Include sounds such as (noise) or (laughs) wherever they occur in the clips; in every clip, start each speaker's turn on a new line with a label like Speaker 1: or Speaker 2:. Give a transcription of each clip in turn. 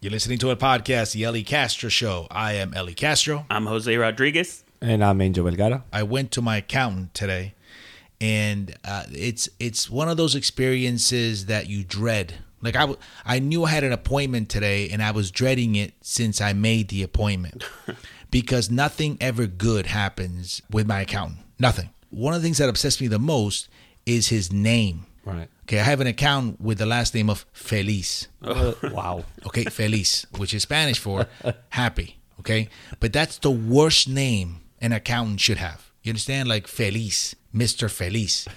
Speaker 1: You're listening to a podcast, The Ellie Castro Show. I am Ellie Castro.
Speaker 2: I'm Jose Rodriguez.
Speaker 3: And I'm Angel Vergara.
Speaker 1: I went to my accountant today, and uh, it's it's one of those experiences that you dread. Like I, w- I knew I had an appointment today, and I was dreading it since I made the appointment, because nothing ever good happens with my accountant. Nothing. One of the things that obsessed me the most is his name. (laughs)
Speaker 3: Right.
Speaker 1: Okay, I have an accountant with the last name of Feliz.
Speaker 3: wow.
Speaker 1: Okay, feliz, which is Spanish for happy. Okay, but that's the worst name an accountant should have. You understand? Like feliz, Mister Feliz.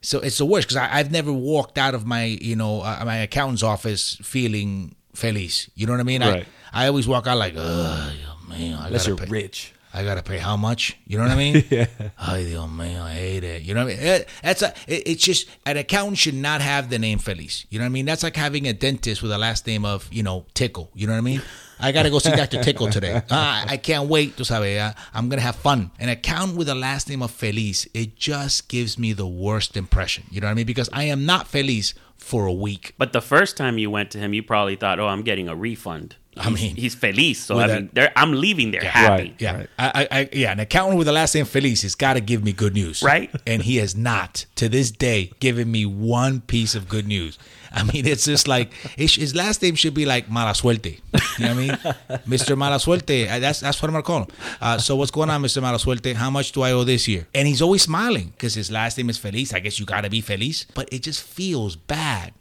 Speaker 1: So it's the worst because I've never walked out of my you know uh, my accountant's office feeling feliz. You know what I mean?
Speaker 3: Right.
Speaker 1: I, I always walk out like, oh man, I
Speaker 3: Unless
Speaker 1: gotta
Speaker 3: you're
Speaker 1: pay.
Speaker 3: rich.
Speaker 1: I gotta pay how much? You know what I mean? yeah. Ay, Dios mío, I hate it. You know what I mean? Eh, That's a. it- it's just an accountant should not have the name Feliz. You know what I mean? That's like having a dentist with a last name of you know Tickle. You know what I mean? I gotta go see Doctor Tickle today. Ah, I can't wait. Tu sabes, ah, I'm gonna have fun. An accountant with a last name of Feliz, it just gives me the worst impression. You know what I mean? Because I am not Feliz for a week.
Speaker 2: But the first time you went to him, you probably thought, "Oh, I'm getting a refund."
Speaker 1: I mean-
Speaker 2: he's, he's feliz, so
Speaker 1: With
Speaker 2: I
Speaker 1: that-
Speaker 2: mean, they're, I'm leaving there happy.
Speaker 3: Right.
Speaker 1: Yeah, I, I, I, yeah. An accountant with the last name Felice has got to give me good news,
Speaker 2: Right.
Speaker 1: (laughs) And he has not to this day given me one piece of good news. I mean, it's just like (laughs) it sh- his last name should be like Mala Suerte. You know what I mean, (laughs) Mister Mala Suerte. I- That's that's what I'm gonna call him. Uh, so what's going on, Mister Mala Suerte? How much do I owe this year? And he's always smiling because his last name is Felice. I guess you got to be Felice, but it just feels bad.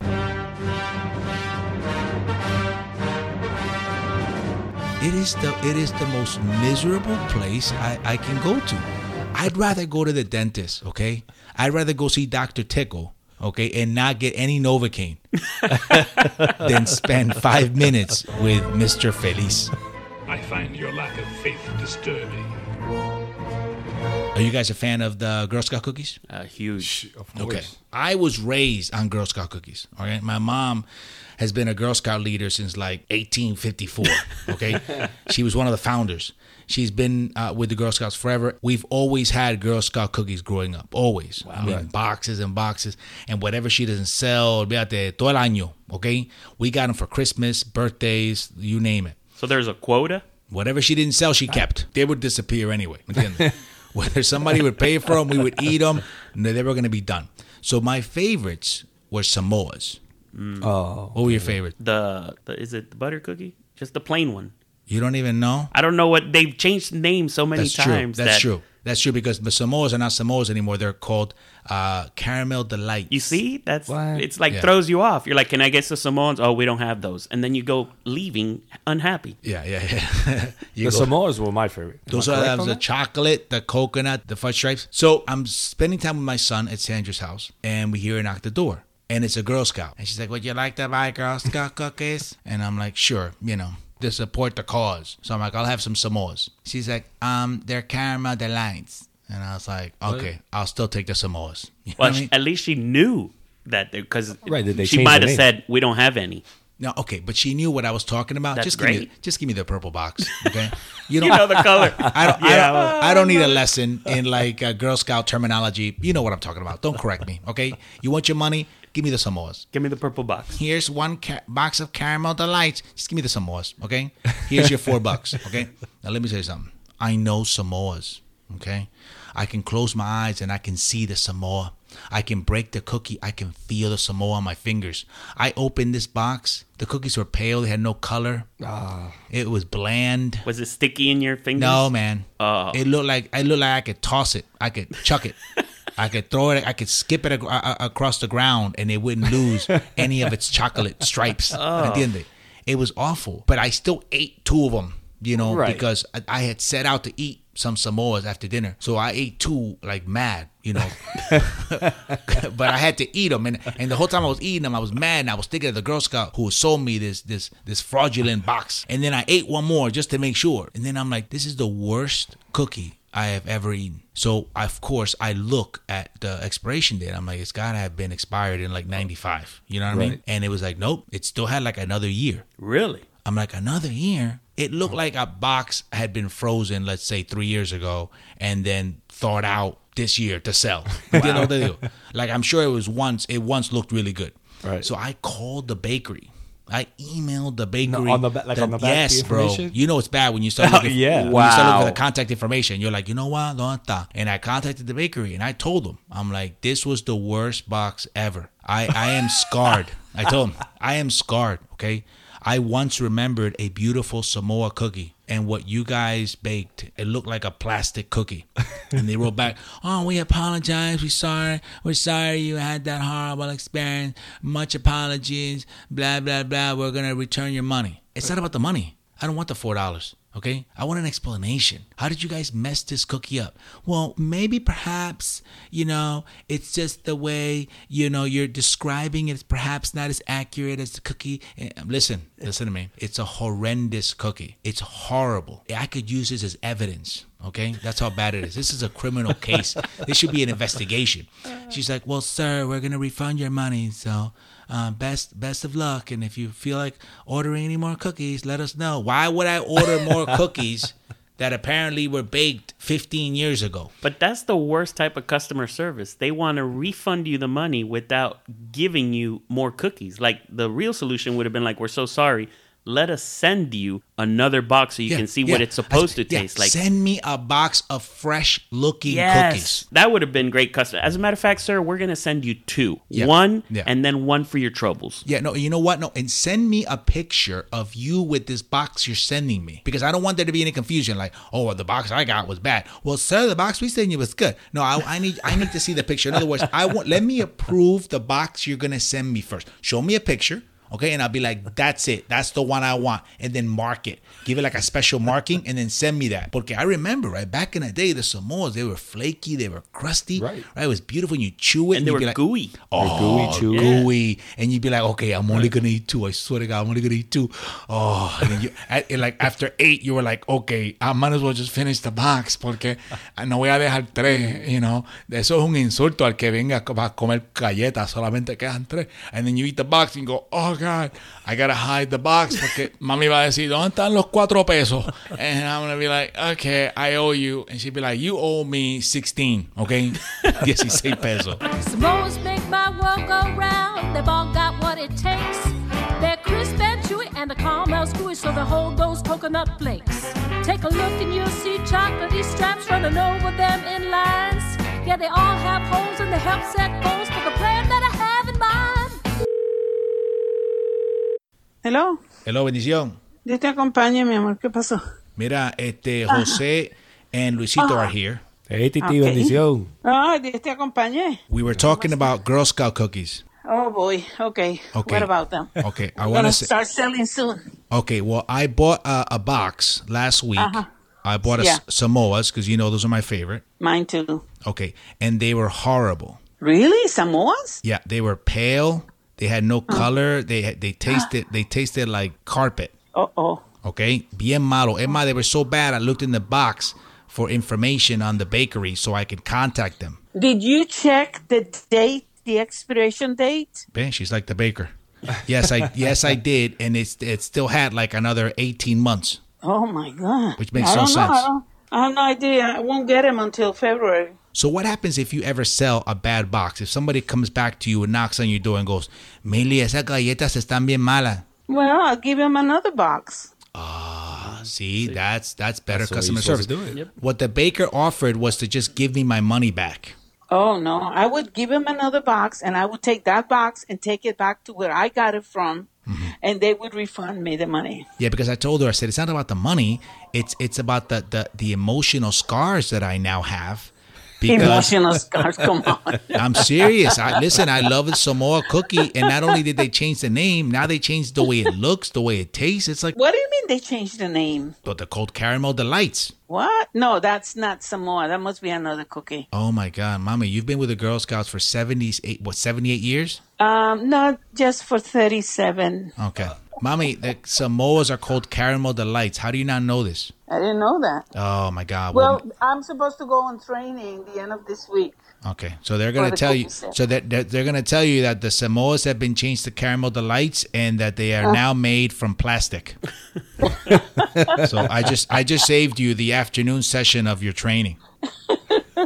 Speaker 1: It is the it is the most miserable place I, I can go to. I'd rather go to the dentist, okay? I'd rather go see Dr. Tickle, okay, and not get any Novocaine (laughs) than spend five minutes with Mr. Feliz.
Speaker 4: I find your lack of faith disturbing.
Speaker 1: Are you guys a fan of the Girl Scout cookies?
Speaker 2: Uh, huge.
Speaker 3: Of
Speaker 1: Okay. I was raised on Girl Scout cookies. All right. My mom has been a Girl Scout leader since like 1854. Okay. she was one of the founders. She's been uh, with the Girl Scouts forever. We've always had Girl Scout cookies growing up. Always. I mean, boxes and boxes. And whatever she doesn't sell, olvídate, todo el año. Okay. We got them for Christmas, birthdays, you name it.
Speaker 2: So there's a quota.
Speaker 1: Whatever she didn't sell, she kept. They would disappear anyway. ¿entiendes? (laughs) Whether somebody would pay for them, we would eat them. They were going to be done. So my favorites were Samoas.
Speaker 3: Oh.
Speaker 1: What were your favorites?
Speaker 2: The, the is it the butter cookie? Just the plain one.
Speaker 1: You don't even know.
Speaker 2: I don't know what they've changed the name so many
Speaker 1: That's true.
Speaker 2: times.
Speaker 1: That's
Speaker 2: that
Speaker 1: true. That's true because the Samoas are not Samoas anymore. They're called uh, caramel delight.
Speaker 2: You see, that's
Speaker 3: What?
Speaker 2: it's like
Speaker 1: Yeah.
Speaker 2: throws you off. You're like, "Can I get the Samoans?" Oh, we don't have those, and then you go leaving unhappy.
Speaker 1: Yeah, yeah, yeah. (laughs) you
Speaker 3: The
Speaker 1: go-
Speaker 3: Samoas were my favorite. Am
Speaker 1: Those
Speaker 3: I
Speaker 1: are
Speaker 3: correct
Speaker 1: that was
Speaker 3: on
Speaker 1: the
Speaker 3: that?
Speaker 1: chocolate, the coconut, the fudge stripes. So I'm spending time with my son at Sandra's house, and we hear her knock the door, and it's a Girl Scout, and she's like, "Would you like to buy Girl Scout cookies?" (laughs) And I'm like, "Sure, you know, to support the cause." So I'm like, "I'll have some Samoas." She's like, "Um, they're caramel delights," and I was like, "Okay, I'll still take the Samoas." (laughs) You know
Speaker 2: Well,
Speaker 1: what I mean?
Speaker 2: at least she knew that because
Speaker 3: Right, that they
Speaker 2: she
Speaker 3: changed
Speaker 2: might
Speaker 3: the
Speaker 2: have
Speaker 3: name.
Speaker 2: said, "We don't have any."
Speaker 1: No, okay, but she knew what I was talking about.
Speaker 2: That's
Speaker 1: just give me,
Speaker 2: great.
Speaker 1: just give me the purple box, okay? You don't,
Speaker 2: You know the
Speaker 1: (laughs)
Speaker 2: color.
Speaker 1: I don't, I,
Speaker 2: Yeah,
Speaker 1: don't, I don't need a lesson in like uh, Girl Scout terminology. You know what I'm talking about. Don't correct me, okay? You want your money? Give me the Samoas.
Speaker 2: Give me the purple box.
Speaker 1: Here's one ca- box of caramel delights. Just give me the Samoas, okay? Here's your four bucks, okay? Now let me tell you something. I know Samoas, okay? I can close my eyes and I can see the Samoa. I can break the cookie. I can feel the Samoa on my fingers. I opened this box. The cookies were pale. They had no color. It was bland.
Speaker 2: Was it sticky in your fingers?
Speaker 1: No, man.
Speaker 2: Oh.
Speaker 1: It looked like it looked like I could toss it. I could chuck it. I could throw it. I could skip it ac- a- a- across the ground, and it wouldn't lose any of its chocolate stripes. Entiende? It was awful, but I still ate two of them. You know,
Speaker 3: Right.
Speaker 1: because I, I had set out to eat some Samoas after dinner, so I ate two like mad. You know, (laughs) but I had to eat them, and, and the whole time I was eating them, I was mad, and I was thinking of the Girl Scout who sold me this this this fraudulent box, and then I ate one more just to make sure, and then I'm like, this is the worst cookie I have ever eaten. So of course I look at the expiration date. I'm like, it's gotta have been expired in like '95. You know what I mean?
Speaker 3: Right.
Speaker 1: And it was like, nope, it still had like another year.
Speaker 2: Really?
Speaker 1: I'm like, another year? It looked
Speaker 3: Oh.
Speaker 1: like a box had been frozen, let's say three years ago, and then thawed out this year to
Speaker 3: (laughs)
Speaker 1: sell. You know, they do. like I'm sure it was once it once looked really good.
Speaker 3: Right.
Speaker 1: So I called the bakery I emailed the bakery
Speaker 3: on the ba- like on the back,
Speaker 1: yes,
Speaker 3: the
Speaker 1: bro.
Speaker 3: information? Oh,
Speaker 1: You know it's bad when you
Speaker 3: (laughs)
Speaker 1: start looking,
Speaker 3: Yeah.
Speaker 1: when you start
Speaker 2: Wow.
Speaker 1: looking for the contact information. You're like, you know what, ¿Dónde está? And I contacted the bakery and I told them, I'm like, this was the worst box ever. I I am scarred. I told them, I am scarred. Okay. I once remembered a beautiful Samoa cookie and what you guys baked. It looked like a plastic cookie. And they wrote back, Oh, we apologize. We're sorry. We're sorry you had that horrible experience. Much apologies. Blah, blah, blah. We're going to return your money. It's not about the money. I don't want the four dollars. Okay, I want an explanation. How did you guys mess this cookie up? Well, maybe perhaps you know it's just the way you know you're describing it's perhaps not as accurate as the cookie. Eh, Listen, listen to me. It's a horrendous cookie. It's horrible. I could use this as evidence. Okay, that's how bad it is. This is a criminal case. This should be an investigation. She's like, "Well, sir, we're gonna refund your money, so uh, best best of luck. And if you feel like ordering any more cookies, let us know. Why would I order
Speaker 2: (laughs)
Speaker 1: more cookies that apparently were baked 15 years ago?
Speaker 2: But that's the worst type of customer service. They want to refund you the money without giving you more cookies. Like the real solution would have been like, "We're so sorry. Let us send you another box so you
Speaker 1: Yeah,
Speaker 2: can see
Speaker 1: yeah.
Speaker 2: what it's supposed to
Speaker 1: That's- yeah,
Speaker 2: taste like."
Speaker 1: send me a box of fresh looking cookies.
Speaker 2: that would have been great customer. As a matter of fact, sir, we're going to send you two,
Speaker 1: Yeah.
Speaker 2: one
Speaker 1: Yeah.
Speaker 2: and then one for your troubles.
Speaker 1: Yeah, no, you know what? No, and send me a picture of you with this box you're sending me because I don't want there to be any confusion. Like, oh, well, the box I got was bad. Well, sir, the box we sent you was good. No, I, I need I need to see the picture. In other words, I want let me approve the box you're gonna send me first. Show me a picture. Okay, and I'll be like, that's it. That's the one I want. And then mark it. Give it like a special marking and then send me that. Porque I remember, right, back in the day, the Samoas, they were flaky, they were crusty.
Speaker 3: Right.
Speaker 1: It was beautiful. And you chew it
Speaker 2: And they
Speaker 1: you'd
Speaker 2: were
Speaker 1: be like,
Speaker 2: gooey.
Speaker 1: Oh,
Speaker 3: gooey, chewy.
Speaker 1: gooey. And you'd be like, okay, I'm only gonna eat two. I swear to God, I'm only gonna eat two. Oh, and then you, (laughs) at, and like after eight, you were like, okay, I might as well just finish the box porque no voy a dejar tres. You know, eso es un insulto al que venga co- a comer galletas. Solamente quedan tres. And then you eat the box and go, oh God, I gotta hide the box porque (laughs) mami va a decir, ¿dónde están los cuatro pesos? And I'm gonna be like, okay, I owe you. And she'd be like, you owe me 16, okay? (laughs) 16 pesos.
Speaker 5: Samoas make my world go round. They've all got what it takes. They're crisp and chewy and the caramel's gooey, so they hold those coconut flakes. Take a look and you'll see chocolatey straps running over them in lines. Yeah, they all have holes and they help set goals for the plan that I have in mind.
Speaker 6: Hello,
Speaker 1: Hello, bendición.
Speaker 6: Dios te acompañe, mi amor. ¿Qué pasó?
Speaker 1: Mira, este Jose and Luisito are here.
Speaker 3: Hey, Titi,
Speaker 6: Okay.
Speaker 3: bendición.
Speaker 6: Ah, Dios te acompañe.
Speaker 1: We were talking about Girl Scout cookies.
Speaker 6: Oh boy. Okay.
Speaker 1: Okay.
Speaker 6: What
Speaker 1: (laughs)
Speaker 6: about them?
Speaker 1: Okay, I
Speaker 6: We're
Speaker 1: want to
Speaker 6: gonna
Speaker 1: say.
Speaker 6: start selling soon.
Speaker 1: Okay, well, I bought a, a box last week. I bought a
Speaker 6: Yeah.
Speaker 1: s- Samoas because you know those are my favorite.
Speaker 6: Mine too.
Speaker 1: Okay, and they were horrible.
Speaker 6: Really, Samoas?
Speaker 1: Yeah, they were pale. They had no color. They had- they tasted they tasted like carpet.
Speaker 6: Uh oh.
Speaker 1: Okay, bien malo. Es más, they were so bad. I looked in the box for information on the bakery so I could contact them.
Speaker 6: Did you check the date, the expiration date?
Speaker 1: Man, she's like the baker. Yes, I yes I did, and it's it still had like another eighteen months,
Speaker 6: Oh my God.
Speaker 1: which makes
Speaker 6: I
Speaker 1: no
Speaker 6: don't know. I,
Speaker 1: sense.
Speaker 6: don't, I have no idea. I won't get them until February.
Speaker 1: So what happens if you ever sell a bad box? If somebody comes back to you and knocks on your door and goes, "Mili, esas galletas están bien malas."
Speaker 6: Well, I'll give him another box.
Speaker 1: See, that's that's better
Speaker 3: That's the way
Speaker 1: customer
Speaker 3: you're
Speaker 1: service.
Speaker 3: supposed to do it.
Speaker 1: What the baker offered was to just give me my money back.
Speaker 6: Oh no, I would give him another box and I would take that box and take it back to where I got it from
Speaker 1: Mm-hmm.
Speaker 6: and they would refund me the money.
Speaker 1: Yeah, because I told her, I said, it's not about the money. It's it's about the the, the emotional scars that I now have.
Speaker 6: Emotional
Speaker 1: (laughs)
Speaker 6: scars, come on.
Speaker 1: I'm serious. I listen. I love the Samoa cookie, and not only did they change the name, now they changed the way it looks, the way it tastes. It's like
Speaker 6: What do you mean they changed the name?
Speaker 1: but the cold caramel delights.
Speaker 6: What? No, that's not Samoa. That must be another cookie.
Speaker 1: Oh my God, Mama, you've been with the Girl Scouts for seventy-eight, what seventy-eight years?
Speaker 6: Um, not just for 37.
Speaker 1: Okay, Mommy, the Samoas are called caramel delights. How do you not know this?
Speaker 6: I didn't know that.
Speaker 1: Oh my God.
Speaker 6: Well, I'm supposed to go on training the end of this week. (laughs)
Speaker 1: okay. So they're gonna
Speaker 6: the
Speaker 1: tell you.
Speaker 6: cookies, yeah.
Speaker 1: So that they're, they're gonna tell you that the Samoas have been changed to caramel delights, and that they
Speaker 6: Oh.
Speaker 1: are now made from plastic.
Speaker 6: (laughs)
Speaker 1: so I just I just saved you the afternoon session of your training.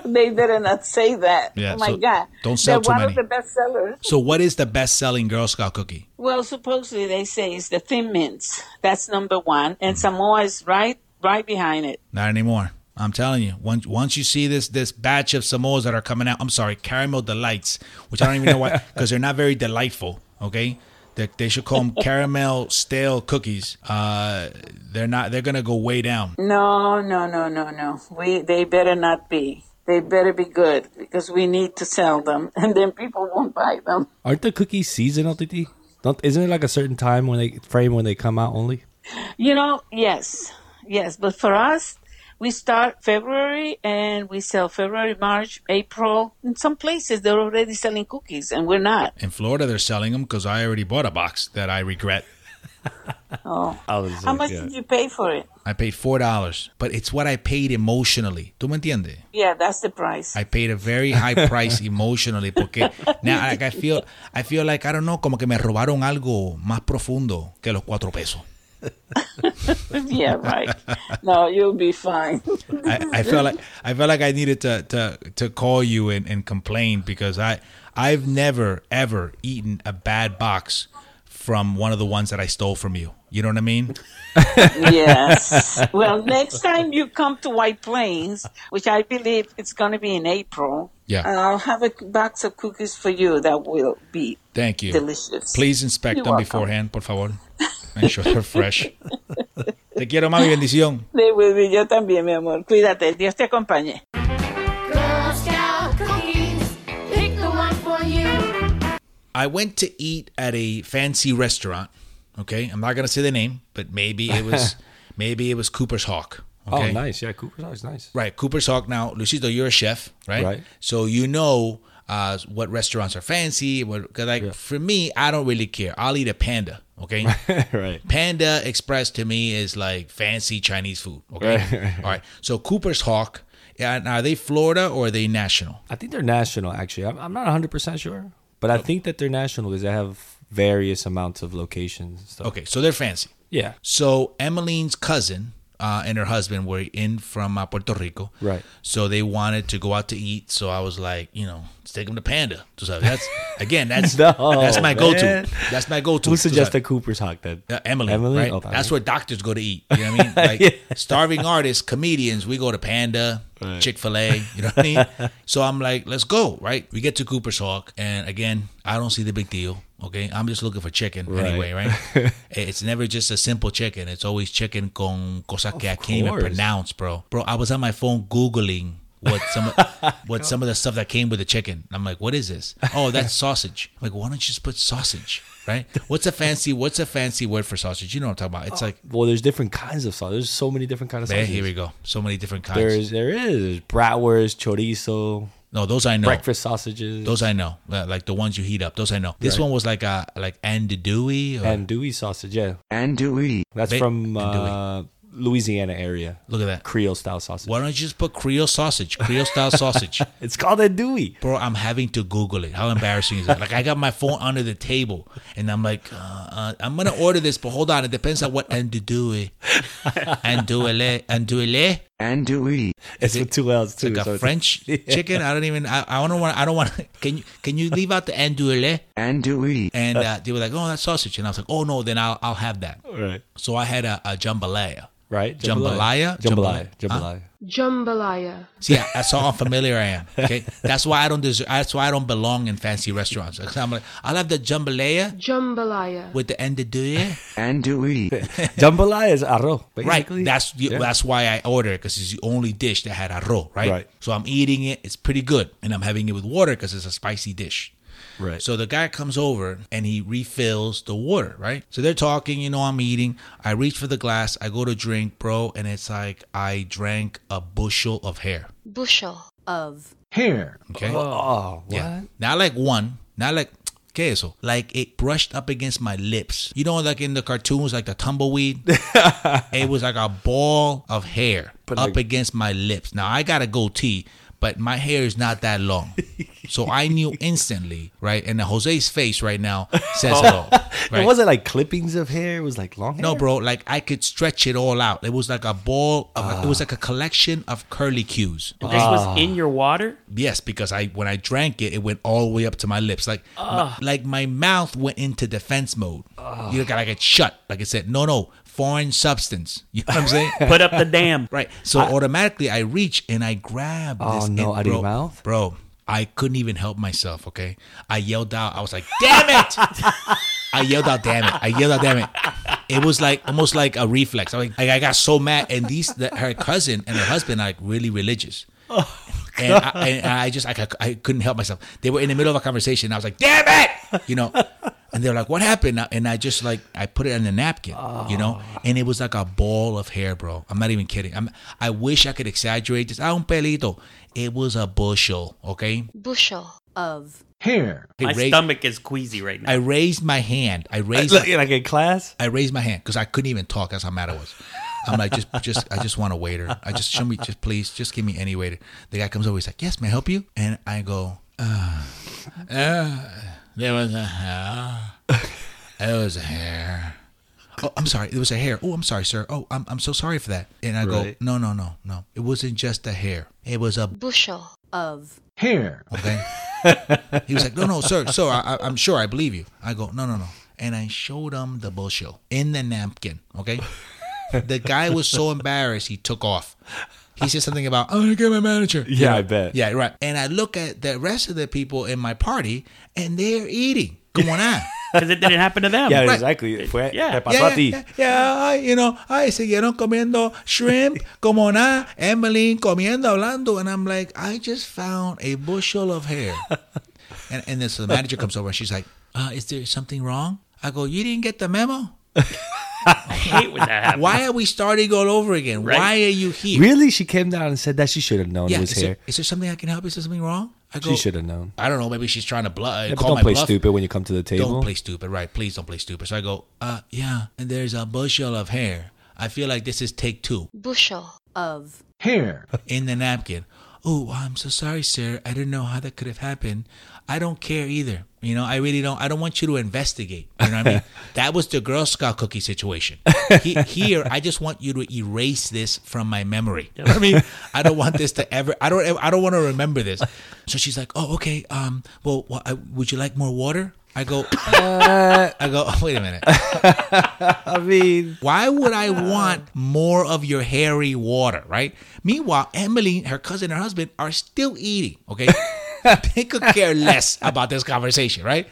Speaker 6: they better not say that.
Speaker 1: Yeah,
Speaker 6: oh my
Speaker 1: so
Speaker 6: God.
Speaker 1: don't sell
Speaker 6: They're
Speaker 1: too
Speaker 6: one
Speaker 1: many.
Speaker 6: of the best sellers.
Speaker 1: So, what is the best selling Girl Scout cookie?
Speaker 6: Well, supposedly they say it's the thin mints. That's number one.
Speaker 1: Mm.
Speaker 6: And Samoa is right right behind it.
Speaker 1: Not anymore. I'm telling you. Once once you see this this batch of Samoas that are coming out, I'm sorry, caramel delights, which I don't even know
Speaker 6: (laughs)
Speaker 1: why, because they're not very delightful. Okay, they, they should call
Speaker 6: (laughs)
Speaker 1: them caramel stale cookies. Uh, they're not. They're gonna go way down.
Speaker 6: No, no, no, no, no. We they better not be. They better be good because we need to sell them (laughs) and then people won't buy them.
Speaker 3: Aren't the cookies seasonal, Titi? Don't isn't it like a certain time when they frame when they come out only?
Speaker 6: You know, yes. Yes, but for us we start February and we sell February, March, April. In some places they're already selling cookies and we're not.
Speaker 1: In Florida, they're selling them because I already bought a box that I regret.
Speaker 3: I was
Speaker 6: How much did you pay for it?
Speaker 1: I paid four dollars, but it's what I paid emotionally. ¿Tú me entiendes?
Speaker 6: Yeah, that's the price.
Speaker 1: I paid a very high price emotionally porque now like, I feel I feel like I don't know como que me robaron algo más profundo que los cuatro pesos.
Speaker 6: (laughs) yeah, right. No, you'll be fine.
Speaker 1: I, I felt like I felt like I needed to to, to call you and, and complain because I I've never ever eaten a bad box from one of the ones that I stole from you. You know what I mean? (laughs)
Speaker 6: yes. Well, next time you come to White Plains, which I believe it's going to be in April, uh,
Speaker 1: Yeah.
Speaker 6: I'll have a c- box of cookies for you that will be
Speaker 1: Thank you.
Speaker 6: delicious.
Speaker 1: Please inspect
Speaker 6: You're
Speaker 1: them
Speaker 6: welcome.
Speaker 1: beforehand, por favor. Make sure they're
Speaker 3: (laughs)
Speaker 1: fresh. Te quiero, mami. Bendición.
Speaker 6: They will be. Yo también, mi amor. Cuídate. Dios te acompañe.
Speaker 5: Girl Scout cookies, pick the one for you.
Speaker 1: I went to eat at a fancy restaurant. Okay, I'm not gonna say the name, but maybe it
Speaker 3: (laughs)
Speaker 1: was maybe it was Cooper's Hawk. Okay?
Speaker 3: Oh, nice. Yeah, Cooper's
Speaker 1: (laughs)
Speaker 3: always nice.
Speaker 1: Right, Cooper's Hawk. Now, Luisito, you're a chef, right?
Speaker 3: Right.
Speaker 1: So you know uh, what restaurants are fancy. What, cause like for me, I don't really care. I'll eat a panda. Okay.
Speaker 3: right.
Speaker 1: Panda Express to me is like fancy Chinese food. Okay.
Speaker 3: Right, right,
Speaker 1: All right. So Cooper's Hawk. And are they Florida or are they national?
Speaker 3: I think they're national. Actually, I'm, I'm not 100 percent sure, but
Speaker 1: Oh.
Speaker 3: I think that they're national because they have various amounts of locations. And stuff.
Speaker 1: Okay, so they're fancy.
Speaker 3: Yeah.
Speaker 1: So Emmeline's cousin uh, and her husband were in from uh, Puerto Rico.
Speaker 3: Right.
Speaker 1: So they wanted to go out to eat. So I was like, you know, let's take them to Panda. So that's again, that's
Speaker 3: (laughs) No,
Speaker 1: that's my
Speaker 3: man.
Speaker 1: go-to. That's my go-to.
Speaker 3: Who
Speaker 1: So-
Speaker 3: suggested Cooper's Hawk? Then
Speaker 1: uh, Emily,
Speaker 3: Emily?
Speaker 1: right?
Speaker 3: Oh, all
Speaker 1: That's
Speaker 3: right.
Speaker 1: where doctors go to eat. You know what I mean? Like starving artists, comedians, we go to Panda, Chick Fil A. You know what I mean? So I'm like, let's go, right? We get to Cooper's Hawk, and again, I don't see the big deal. Okay, I'm just looking for chicken anyway, right? it's never just a simple chicken. It's always chicken con cosas que I can't even
Speaker 3: course.
Speaker 1: pronounce, bro. Bro, I was on my phone googling. What some
Speaker 3: (laughs)
Speaker 1: what some of the stuff that came with the chicken? I'm like, what is this? Oh, that's sausage. I'm like, why don't you just put sausage, right? What's a fancy What's a fancy word for sausage? You know what I'm talking about? It's like,
Speaker 3: Well, there's different kinds of sauce. There's so many different kinds of
Speaker 1: man,
Speaker 3: sauces.
Speaker 1: here we go. So many different kinds.
Speaker 3: There's there is there's bratwurst, chorizo,
Speaker 1: no, those I know.
Speaker 3: breakfast sausages,
Speaker 1: Those I know. Uh, Like the ones you heat up. Those I know. This
Speaker 3: Right.
Speaker 1: one was like a like andouille. Or,
Speaker 3: andouille sausage. Yeah,
Speaker 7: Andouille.
Speaker 3: that's
Speaker 1: Ba-
Speaker 3: from uh,
Speaker 1: andouille.
Speaker 3: Louisiana area.
Speaker 1: look at that.
Speaker 3: Creole style sausage.
Speaker 1: Why don't you just put Creole sausage? Creole style
Speaker 3: (laughs)
Speaker 1: sausage.
Speaker 3: It's called andouille.
Speaker 1: Bro, I'm having to Google it. How embarrassing is that? Like, I got my phone under the table, and I'm like, uh, uh, I'm gonna order this, but hold on, it depends on what andouille, andouille, andouille.
Speaker 7: Andouille.
Speaker 3: It's with two L's too.
Speaker 1: It's like
Speaker 3: so
Speaker 1: a
Speaker 3: it's- (laughs)
Speaker 1: French chicken. I don't even. I, I don't want. I don't want. Can you can you leave out the andouille?
Speaker 7: Andouille.
Speaker 1: And uh, they were like, oh, that's sausage, and I was like, oh no, then I'll I'll have that.
Speaker 3: Right.
Speaker 1: So I had a, a jambalaya.
Speaker 3: Right.
Speaker 1: Jambalaya?
Speaker 3: Jambalaya.
Speaker 1: Jambalaya.
Speaker 3: Jambalaya.
Speaker 8: Jambalaya.
Speaker 1: See, I- that's how unfamiliar I am. Okay, that's why I don't deserve. That's why I don't belong in fancy restaurants. 'Cause I'm like, I'll have the jambalaya
Speaker 8: Jambalaya.
Speaker 1: with the
Speaker 3: (laughs)
Speaker 1: andouille.
Speaker 7: Andouille.
Speaker 1: (laughs)
Speaker 3: Jambalaya is arroz, basically.
Speaker 1: Right. That's the-
Speaker 3: Yeah.
Speaker 1: that's why I ordered because it's the only dish that had arroz, right?
Speaker 3: Right.
Speaker 1: So I'm eating it. It's pretty good, and I'm having it with water because it's a spicy dish.
Speaker 3: right.
Speaker 1: So the guy comes over and he refills the water, right? So they're talking, you know, I'm eating. I reach for the glass, I go to drink, bro, and it's like I drank a bushel of hair.
Speaker 8: Bushel. Of.
Speaker 1: Okay.
Speaker 3: oh, what?
Speaker 1: Yeah. Not like one. Not like ¿Qué es eso? Like it brushed up against my lips. You know, like in the cartoons, like the
Speaker 3: (laughs)
Speaker 1: tumbleweed. it was like a ball of hair
Speaker 3: But
Speaker 1: up
Speaker 3: like-
Speaker 1: against my lips. Now I got a goatee, but my hair is not that long, So I
Speaker 3: (laughs)
Speaker 1: knew instantly, right? And Jose's face right now says it all. Right?
Speaker 3: It wasn't like clippings of hair. It was like long hair.
Speaker 1: No, bro. Like I could stretch it all out. It was like a ball. Of, It was
Speaker 3: Ah.
Speaker 1: like a collection of curly cues.
Speaker 2: And this was in your water?
Speaker 1: Yes, because I when I drank it, it went all the way up to my lips. Like my, like my mouth went into defense mode. You look like it shut. Like it said, no, no, foreign substance. You know what I'm
Speaker 3: (laughs)
Speaker 1: saying?
Speaker 2: Put up the
Speaker 1: (laughs)
Speaker 2: dam.
Speaker 1: right. So automatically I reach and I grab.
Speaker 3: Oh,
Speaker 1: this
Speaker 3: no,
Speaker 1: and-
Speaker 3: out of your
Speaker 1: bro-
Speaker 3: mouth?
Speaker 1: bro. I couldn't even help myself. Okay, I yelled out. I was like, "Damn it!" I yelled out, "Damn it!" I yelled out, "Damn it!" It was like almost like a reflex. I like, like I got so mad, and these the, her cousin and her husband are like really religious. And I, and I just I, cou- I couldn't help myself. They were in the middle of a conversation. And I was like, "Damn it!" You know, and they were like, "What happened?" And I just like I put it in the napkin, you know, and it was like a ball of hair, bro. I'm not even kidding. I'm. I wish I could exaggerate this. Ah, un pelito. It was a bushel. Okay.
Speaker 8: bushel of
Speaker 7: hair,
Speaker 1: I
Speaker 2: My
Speaker 1: raised,
Speaker 2: stomach is queasy right now.
Speaker 1: I raised my hand. I raised.
Speaker 3: Like, like in class.
Speaker 1: I raised my hand because I couldn't even talk. That's how mad I was. I'm like, just, just, I just want a waiter. I just show me, just please, just give me any waiter. The guy comes over. He's like, yes, may I help you? And I go, uh, uh, there was a hair. There was a hair. Oh, I'm sorry. There was a hair. Oh, I'm sorry, sir. Oh, I'm, I'm so sorry for that. And I
Speaker 3: Right.
Speaker 1: go, no, no, no, no. It wasn't just a hair. It was a
Speaker 8: bushel of
Speaker 7: hair,
Speaker 1: okay? he was like, no, no, sir, sir, I, I, I'm sure I believe you. I go, no, no, no. And I showed him the bushel in the napkin, okay? the guy was so embarrassed, he took off. He said something about, I'm gonna get my manager.
Speaker 3: Yeah, I bet.
Speaker 1: Yeah, right. And I look at the rest of the people in my party, and they're eating. Come on out.
Speaker 2: Because it didn't happen
Speaker 1: (laughs)
Speaker 2: to them.
Speaker 3: Yeah,
Speaker 1: Right.
Speaker 3: exactly. Fue,
Speaker 2: Yeah.
Speaker 3: te pasó
Speaker 1: yeah,
Speaker 3: a ti.
Speaker 1: yeah, yeah, ay, you know, ay, siguieron comiendo shrimp, como nada, Emily comiendo, hablando, and I'm like, I just found a bushel of
Speaker 3: (laughs)
Speaker 1: hair. And, and then so the manager comes over and she's like, uh, is there something wrong? I go, you didn't get the memo?
Speaker 2: I hate
Speaker 1: (laughs)
Speaker 2: when that happens.
Speaker 1: Why are we starting all over again?
Speaker 2: Right.
Speaker 1: Why are you here?
Speaker 3: Really, she came down and said that she should have known
Speaker 1: Yeah,
Speaker 3: it was
Speaker 1: is there,
Speaker 3: hair.
Speaker 1: is there something I can help? Is there something wrong? I go,
Speaker 3: She should have known.
Speaker 1: I don't know, maybe she's trying to bluff.
Speaker 3: Yeah, but
Speaker 1: call
Speaker 3: don't
Speaker 1: my
Speaker 3: play
Speaker 1: bluff.
Speaker 3: stupid when you come to the table.
Speaker 1: Don't play stupid, right? Please don't play stupid. So I go, uh, yeah, and there's a bushel of hair. I feel like this is take two.
Speaker 8: bushel of
Speaker 7: hair,
Speaker 1: in the napkin. Oh, I'm so sorry, sir. I didn't know how that could have happened. I don't care either. You know, I really don't. I don't want you to investigate. You know what I mean? that was the Girl Scout cookie situation. He, here, I just want you to erase this from my memory. You know what I (laughs) mean? I don't want this to ever. I don't. ev- I don't want to remember this. So she's like, "Oh, okay. Um, well, wha- I- would you like more water?" I go. "Uh," I go. (laughs) Wait a minute.
Speaker 3: I mean,
Speaker 1: Why would I want more of your hairy water, right? Meanwhile, Emily, her cousin, and her husband are still eating, okay? (laughs) they could care less about this conversation, right?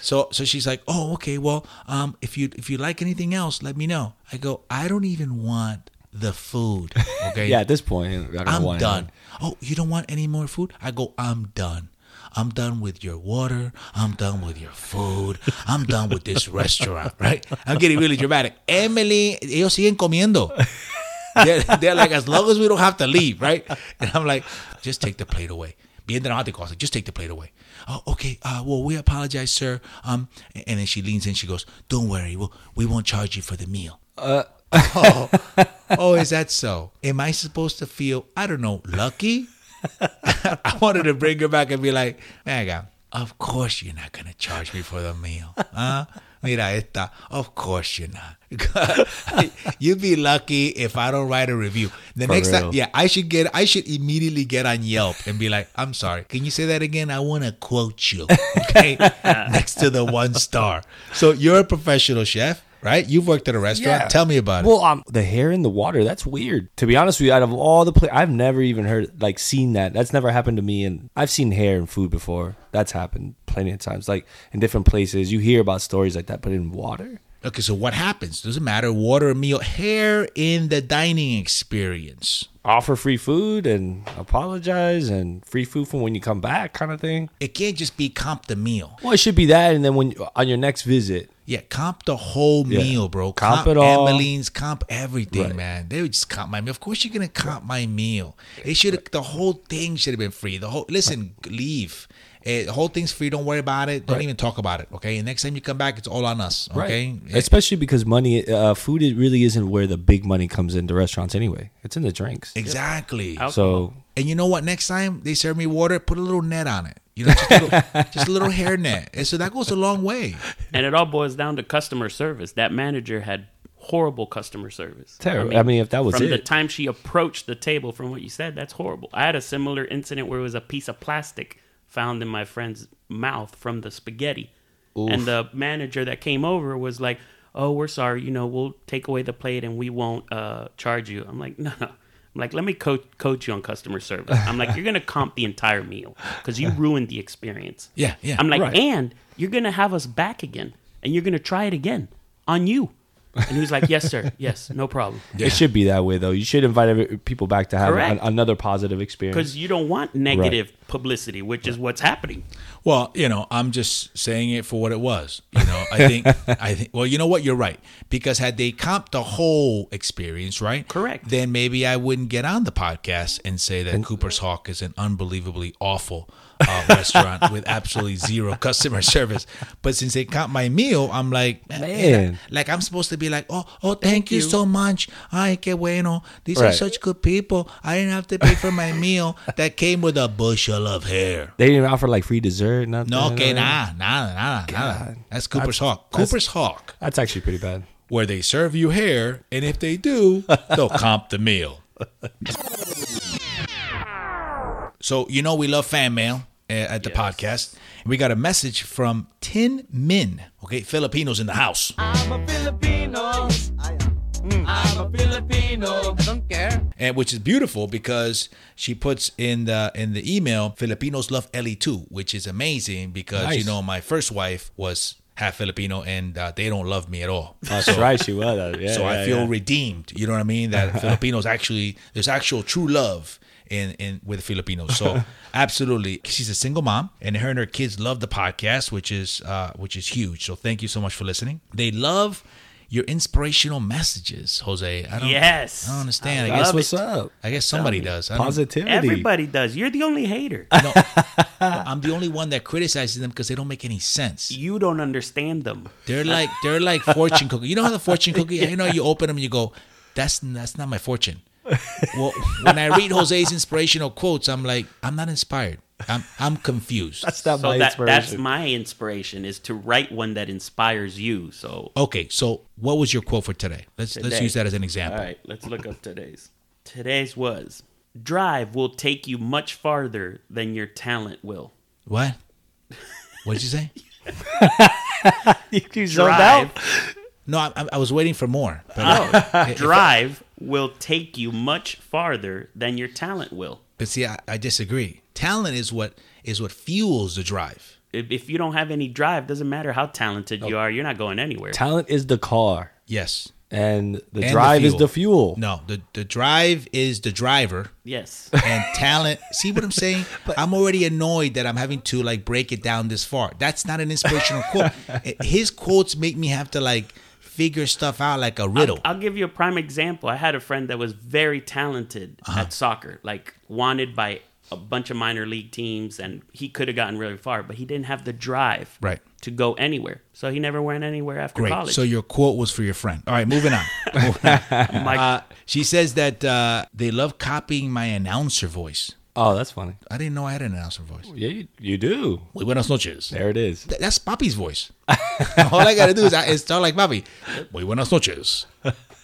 Speaker 1: So so she's like, "Oh, okay. Well, um if you if you like anything else, let me know." I go, "I don't even want the food." Okay?
Speaker 3: (laughs) yeah. At this point, you're not gonna
Speaker 1: I'm
Speaker 3: want it.
Speaker 1: done. Oh, you don't want any more food? I go, I'm done. I'm done with your water. I'm done with your food. I'm done with (laughs) this restaurant, right? I'm getting really dramatic. Emily, ellos siguen comiendo. They're, they're like, as long as we don't have to leave, right? And I'm like, just take the plate away. Bien dramático. I was like, just take the plate away. Oh, okay. Uh, well, we apologize, sir. Um, and then she leans in. She goes, "Don't worry. We'll, we won't charge you for the meal." oh, (laughs) oh, is that so? Am I supposed to feel, I don't know, lucky? (laughs) I wanted to bring her back and be like, Mega, of course you're not going to charge me for the meal. Huh? Mira esta. Of course you're not. (laughs) You'd be lucky if I don't write a review. The next time,
Speaker 3: real.
Speaker 1: yeah, I should get, I should immediately get on Yelp and be like, I'm sorry. Can you say that again? I want to quote you. Okay. next to the one star. So you're a professional chef, right? You've worked at a restaurant.
Speaker 3: Yeah.
Speaker 1: Tell me about it.
Speaker 3: Well, um, the hair in the water, that's weird. To be honest with you, out of all the pla I've never even heard, like, seen that. That's never happened to me. And I've seen hair in food before. That's happened plenty of times. Like, in different places, you hear about stories like that, but in water?
Speaker 1: Okay, so what happens? Doesn't matter. Water, meal, hair in the dining experience.
Speaker 3: Offer free food and apologize and free food from when you come back, kind of thing.
Speaker 1: It can't just be comp the meal.
Speaker 3: Well, it should be that. And then when on your next visit,
Speaker 1: Yeah, comp the whole
Speaker 3: Yeah.
Speaker 1: meal, bro.
Speaker 3: Comp it all.
Speaker 1: Emmeline's, comp everything,
Speaker 3: Right.
Speaker 1: man. They would just comp my meal. Of course, you're gonna comp my meal. It should have the whole thing should have been free. The whole listen, leave. Eh, the whole thing's free. Don't worry about it. Don't even talk about it. Okay. And next time you come back, it's all on us. Okay. Eh,
Speaker 3: Especially because money, uh, food it really isn't where the big money comes into restaurants anyway. It's in the drinks.
Speaker 1: Exactly.
Speaker 2: Out-
Speaker 3: So
Speaker 1: And you know what? Next time they serve me water, put a little net on it. You You know, just a little, just a little hairnet. And so that goes a long way.
Speaker 2: And it all boils down to customer service. That manager had horrible customer service.
Speaker 3: Terrible. I mean, if that was
Speaker 2: from the
Speaker 3: it.
Speaker 2: time she approached the table, from what you said, that's horrible. I had a similar incident where it was a piece of plastic found in my friend's mouth from the spaghetti, and the manager that came over was like, "Oh, we're sorry. You know, we'll take away the plate and we won't uh, charge you." I'm like, "No, no." I'm like, "Let me coach coach you on customer service." I'm like, "You're gonna comp the entire meal because
Speaker 3: (laughs)
Speaker 2: you ruined the experience."
Speaker 1: Yeah, yeah.
Speaker 2: I'm like,
Speaker 3: Right.
Speaker 2: and you're gonna have us back again, and you're gonna try it again on you. And he was like, "Yes, sir. Yes, no problem."
Speaker 3: It should be that way, though. You should invite every, people back to have an,
Speaker 2: Correct.
Speaker 3: another positive experience.
Speaker 2: because you don't want negative publicity, which is what's happening.
Speaker 1: Well, you know, I'm just saying it for what it was. You know, I think, I think. Well, you know what? You're right because had they comped the whole experience, right?
Speaker 2: Correct.
Speaker 1: Then maybe I wouldn't get on the podcast and say that Cooper's Hawk is an unbelievably awful uh, restaurant with absolutely zero (laughs) customer service. But since they comped my meal, I'm like,
Speaker 3: Man.
Speaker 1: like I'm supposed to be like, oh, oh, thank, you. so much. Ay, que bueno. These are
Speaker 3: Right.
Speaker 1: such good people. I didn't have to pay for my meal that came with a bushel of hair.
Speaker 3: They didn't offer like free dessert. Nothing,
Speaker 1: No, Ah, que
Speaker 3: nothing.
Speaker 1: nada, nada, nada, nada. That's Cooper's Hawk. Cooper's Hawk,
Speaker 3: That's actually
Speaker 1: (laughs)
Speaker 3: pretty bad.
Speaker 1: where they serve you hair, and if they do, they'll comp the meal. So you know we love fan mail uh, at the podcast. We got a message from Tin Min. Okay, Filipinos in the house. and which is beautiful because she puts in the in the email Filipinos love Ellie too, which is amazing because you
Speaker 3: Nice.
Speaker 1: know my first wife was half Filipino and uh, they don't love me at all.
Speaker 3: That's
Speaker 1: so,
Speaker 3: right. She was. uh, Yeah,
Speaker 1: so I
Speaker 3: yeah,
Speaker 1: feel
Speaker 3: yeah.
Speaker 1: redeemed. You know what I mean?
Speaker 3: (laughs)
Speaker 1: That Filipinos actually there's actual true love. In, in with Filipinos,
Speaker 3: (laughs)
Speaker 1: so absolutely, she's a single mom, and her and her kids love the podcast, which is uh, which is huge. So thank you so much for listening. They love your inspirational messages, Jose. I don't,
Speaker 2: Yes.
Speaker 1: I don't understand. I, guess
Speaker 3: That's
Speaker 2: love
Speaker 3: what's
Speaker 2: it.
Speaker 3: up.
Speaker 1: I guess somebody does. I don't-
Speaker 3: Positivity.
Speaker 2: Everybody does. You're the only
Speaker 3: (laughs)
Speaker 2: hater.
Speaker 1: No, I'm the only one that criticizes them because they don't make any sense.
Speaker 2: you don't understand them.
Speaker 1: They're like they're like fortune cookie. You know how the
Speaker 2: (laughs)
Speaker 1: fortune cookie? You know you open them and you go, "That's that's not my fortune."
Speaker 2: (laughs)
Speaker 1: Well, when I read Jose's inspirational quotes, I'm like, I'm not inspired. I'm I'm confused.
Speaker 3: That's not
Speaker 2: So
Speaker 3: my
Speaker 2: that, that's
Speaker 3: inspiration.
Speaker 2: my inspiration is to write one that inspires you. So
Speaker 1: Okay, so what was your quote for today? Let's let's
Speaker 2: Today.
Speaker 1: use that as an
Speaker 2: all
Speaker 1: example.
Speaker 2: right, let's look up today's. Today's was drive will take you much farther than your talent will.
Speaker 1: What? What did you
Speaker 2: (laughs)
Speaker 1: say?
Speaker 3: you zoned
Speaker 2: Drive,
Speaker 3: (laughs)
Speaker 1: No, I, I- I was waiting for more. But
Speaker 2: oh, drive will take you much farther than your talent will.
Speaker 1: but see, I, I disagree. Talent is what is what fuels the drive.
Speaker 2: if, if you don't have any drive, doesn't matter how
Speaker 3: Oh.
Speaker 2: talented you are, you're not going anywhere.
Speaker 3: Talent is the car,
Speaker 1: Yes.
Speaker 3: and the
Speaker 1: And
Speaker 3: drive is the fuel.
Speaker 1: No, the the drive is the driver
Speaker 2: yes.
Speaker 1: and (laughs) talent. see what I'm saying? I'm already annoyed that I'm having to like break it down this far. That's not an (laughs) inspirational quote. His quotes make me have to like figure stuff out like a riddle.
Speaker 2: I'll give you a prime example. I had a friend that was very talented
Speaker 1: Uh-huh.
Speaker 2: at soccer, like wanted by a bunch of minor league teams, and he could have gotten really far, but he didn't have the drive
Speaker 1: Right.
Speaker 2: to go anywhere. So he never went anywhere after
Speaker 1: Great.
Speaker 2: college.
Speaker 1: So your quote was for your friend. All right, moving (laughs) on. Moving on.
Speaker 2: My-
Speaker 1: she says that uh, they love copying my announcer voice.
Speaker 3: Oh, that's funny.
Speaker 1: I didn't know I had an announcer voice.
Speaker 3: Yeah, you, you do.
Speaker 1: Muy buenas noches.
Speaker 3: There it is.
Speaker 1: Th- That's Papi's voice. (laughs) All I gotta do is, is sound like Papi. Muy buenas noches.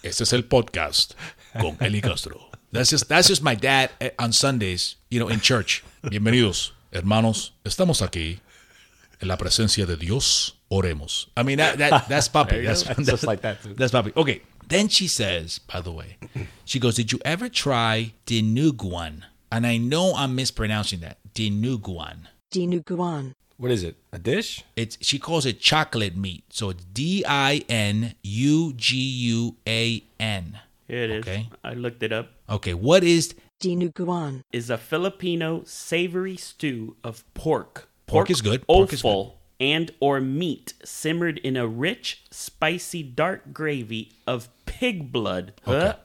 Speaker 1: Este es el podcast con Eli Castro. That's just that's just my dad eh, on Sundays, you know, in church. Bienvenidos, hermanos. Estamos aquí en la presencia de Dios. Oremos. I mean, that, that that's Papi. (laughs) That's,
Speaker 3: go. Just like that, too.
Speaker 1: That's Papi. Okay. Then she says, by the way, she goes, "Did you ever try dinuguan?" And I know I'm mispronouncing that. Dinuguan.
Speaker 8: Dinuguan.
Speaker 3: What is it? A dish?
Speaker 1: It's she calls it chocolate meat. So it's D I N U G U A N.
Speaker 2: Here it is.
Speaker 1: Okay.
Speaker 2: I looked it up.
Speaker 1: Okay, what is
Speaker 8: Dinuguan.
Speaker 2: Is a Filipino savory stew of pork.
Speaker 1: Pork is good. Pork is
Speaker 2: Offal and or meat simmered in a rich, spicy, dark gravy of pig blood, huh?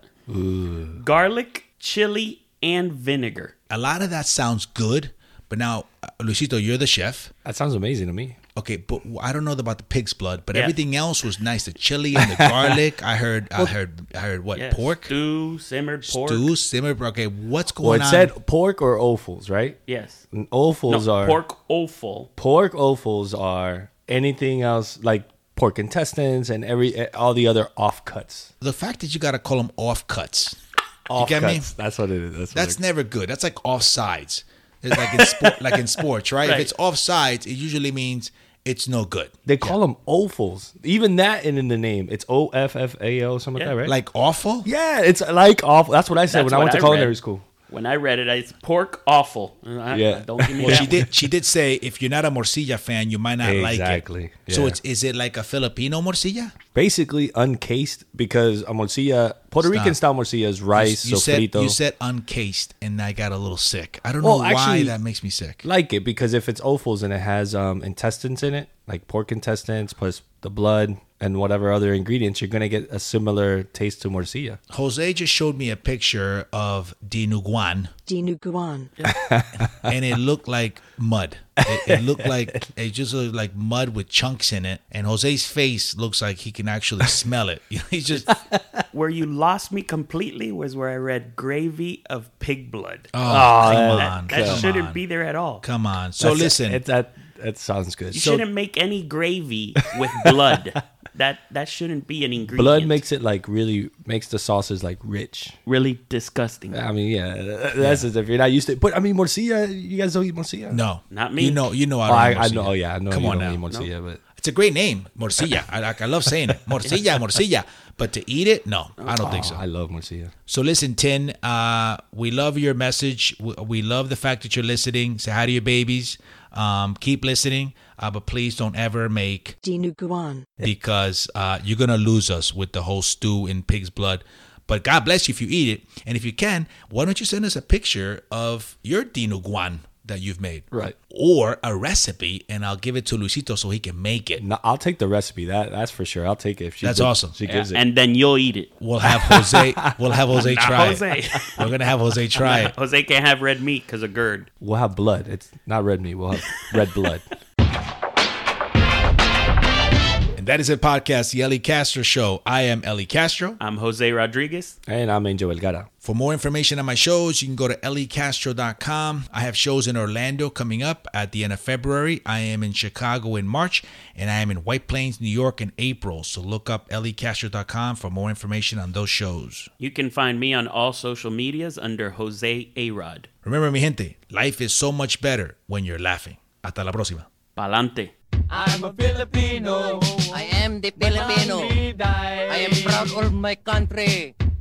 Speaker 2: garlic, chili, and vinegar.
Speaker 1: a lot of that sounds good, but now uh, Luisito, you're the chef.
Speaker 3: That sounds amazing to me.
Speaker 1: Okay, but w- I don't know about the pig's blood, but
Speaker 2: Yeah.
Speaker 1: everything else was nice. The chili
Speaker 2: (laughs)
Speaker 1: and the garlic. I heard. I heard. I heard what
Speaker 2: Yeah,
Speaker 1: pork
Speaker 2: stew, simmered pork.
Speaker 1: stew simmer. Okay, what's
Speaker 3: Well,
Speaker 1: going
Speaker 3: it
Speaker 1: on?
Speaker 3: said pork or offals, right?
Speaker 2: Yes.
Speaker 3: And offals
Speaker 2: no,
Speaker 3: are
Speaker 2: pork offal.
Speaker 3: pork offals are anything else like pork intestines and every eh, all the other offcuts.
Speaker 1: the fact that you got to call them off cuts.
Speaker 3: Offcuts.
Speaker 1: get me?
Speaker 3: That's what it is. That's,
Speaker 1: That's
Speaker 3: what
Speaker 1: never good. That's like offsides. It's like in
Speaker 3: (laughs)
Speaker 1: sport, like in sports, right?
Speaker 2: Right.
Speaker 1: If it's offsides, it usually means it's no good.
Speaker 3: they call them offals. Even that in, in the name, it's O F F A O something
Speaker 2: Yeah.
Speaker 3: like that, right?
Speaker 1: Like awful.
Speaker 3: yeah, it's like awful. That's what I said
Speaker 2: That's
Speaker 3: when I
Speaker 2: what
Speaker 3: went to
Speaker 2: I
Speaker 3: culinary
Speaker 2: read.
Speaker 3: school.
Speaker 2: When I read it, I, it's pork awful. I,
Speaker 3: Yeah.
Speaker 2: yeah. Don't give me
Speaker 1: Well,
Speaker 2: that
Speaker 1: she
Speaker 2: one.
Speaker 1: did. She did say if you're not a morcilla fan, you might not
Speaker 3: Exactly,
Speaker 1: like it. So
Speaker 3: yeah.
Speaker 1: it's is it like a Filipino morcilla?
Speaker 3: Basically uncased because a morcilla, Puerto
Speaker 1: Stop.
Speaker 3: Rican style morcilla is rice,
Speaker 1: you said
Speaker 3: sofrito.
Speaker 1: you said uncased, and I got a little sick. I don't
Speaker 3: Well,
Speaker 1: know why
Speaker 3: actually-
Speaker 1: that makes me sick.
Speaker 3: like it because if it's offals and it has um, intestines in it, like pork intestines plus the blood and whatever other ingredients, you're gonna get a similar taste to morcilla.
Speaker 1: Jose just showed me a picture of dinuguan,
Speaker 8: Dinuguan.
Speaker 1: (laughs) and it looked like mud. It, it looked like it just looked like mud with chunks in it. And Jose's face looks like he can actually smell it. (laughs) He's
Speaker 3: (laughs)
Speaker 1: just
Speaker 3: Oh,
Speaker 2: Where you lost me completely was where I read gravy of pig blood. Ah.
Speaker 1: oh,
Speaker 3: that-
Speaker 1: come on,
Speaker 2: that that
Speaker 1: come
Speaker 2: shouldn't
Speaker 1: on,
Speaker 2: be there at all.
Speaker 1: Come on. So
Speaker 3: That's-
Speaker 1: listen,
Speaker 3: it, uh, that that sounds good.
Speaker 2: You
Speaker 3: So
Speaker 2: shouldn't make any gravy with
Speaker 3: (laughs)
Speaker 2: blood. that that shouldn't be an ingredient.
Speaker 3: blood makes it like really makes the sauces like rich.
Speaker 2: really disgusting.
Speaker 3: I mean, yeah, that's as if you're not used to. it. But I mean, morcilla, you guys don't eat morcilla.
Speaker 1: no,
Speaker 2: Not me.
Speaker 1: You know, you know,
Speaker 3: Oh, I,
Speaker 1: I, don't
Speaker 3: I
Speaker 1: eat
Speaker 3: know.
Speaker 1: morcilla.
Speaker 3: Oh, yeah, I know.
Speaker 1: Come
Speaker 3: you
Speaker 1: on
Speaker 3: don't
Speaker 1: now.
Speaker 3: eat morcilla, but
Speaker 1: It's a great name, morcilla. I, like- I love saying
Speaker 3: (laughs)
Speaker 1: it, morcilla, morcilla. But to eat it, no, I don't think
Speaker 3: Oh,
Speaker 1: so.
Speaker 3: I love morcilla.
Speaker 1: So listen, Tin, uh, we love your message. We, we love the fact that you're listening. Say hi to your babies. Um, keep listening, uh, but please don't ever make
Speaker 8: Dinuguan.
Speaker 1: because uh, you're gonna lose us with the whole stew and pig's blood. But God bless you if you eat it, and if you can, why don't you send us a picture of your dinuguan that you've made,
Speaker 3: Right.
Speaker 1: Or a recipe, and I'll give it to Luisito so he can make it.
Speaker 3: No, I'll take the recipe. That that's for sure. I'll take it. If she
Speaker 1: That's
Speaker 3: gi-
Speaker 1: awesome.
Speaker 3: She
Speaker 2: Yeah,
Speaker 3: gives it.
Speaker 2: and then you'll eat it.
Speaker 1: We'll have Jose. We'll have Jose
Speaker 2: Not
Speaker 1: try.
Speaker 2: Jose.
Speaker 1: It. We're gonna have Jose try
Speaker 2: (laughs)
Speaker 1: it.
Speaker 2: Jose can't have red meat because of GERD.
Speaker 3: We'll have blood. It's not red meat. We'll have red blood.
Speaker 1: (laughs) And that is it, podcast, The Ellie Castro Show. I am Ellie Castro.
Speaker 2: I'm Jose Rodriguez.
Speaker 3: And I'm Angel Elgara.
Speaker 1: For more information on my shows, you can go to elliecastro.com. I have shows in Orlando coming up at the end of February. I am in Chicago in March, and I am in White Plains, New York in April. So look up elliecastro.com for more information on those shows.
Speaker 2: You can find me on all social medias under Jose Arod.
Speaker 1: Remember, mi gente, life is so much better when you're laughing. Hasta la próxima.
Speaker 2: Palante.
Speaker 9: I'm a Filipino.
Speaker 10: I am the Filipino. I am proud of my country.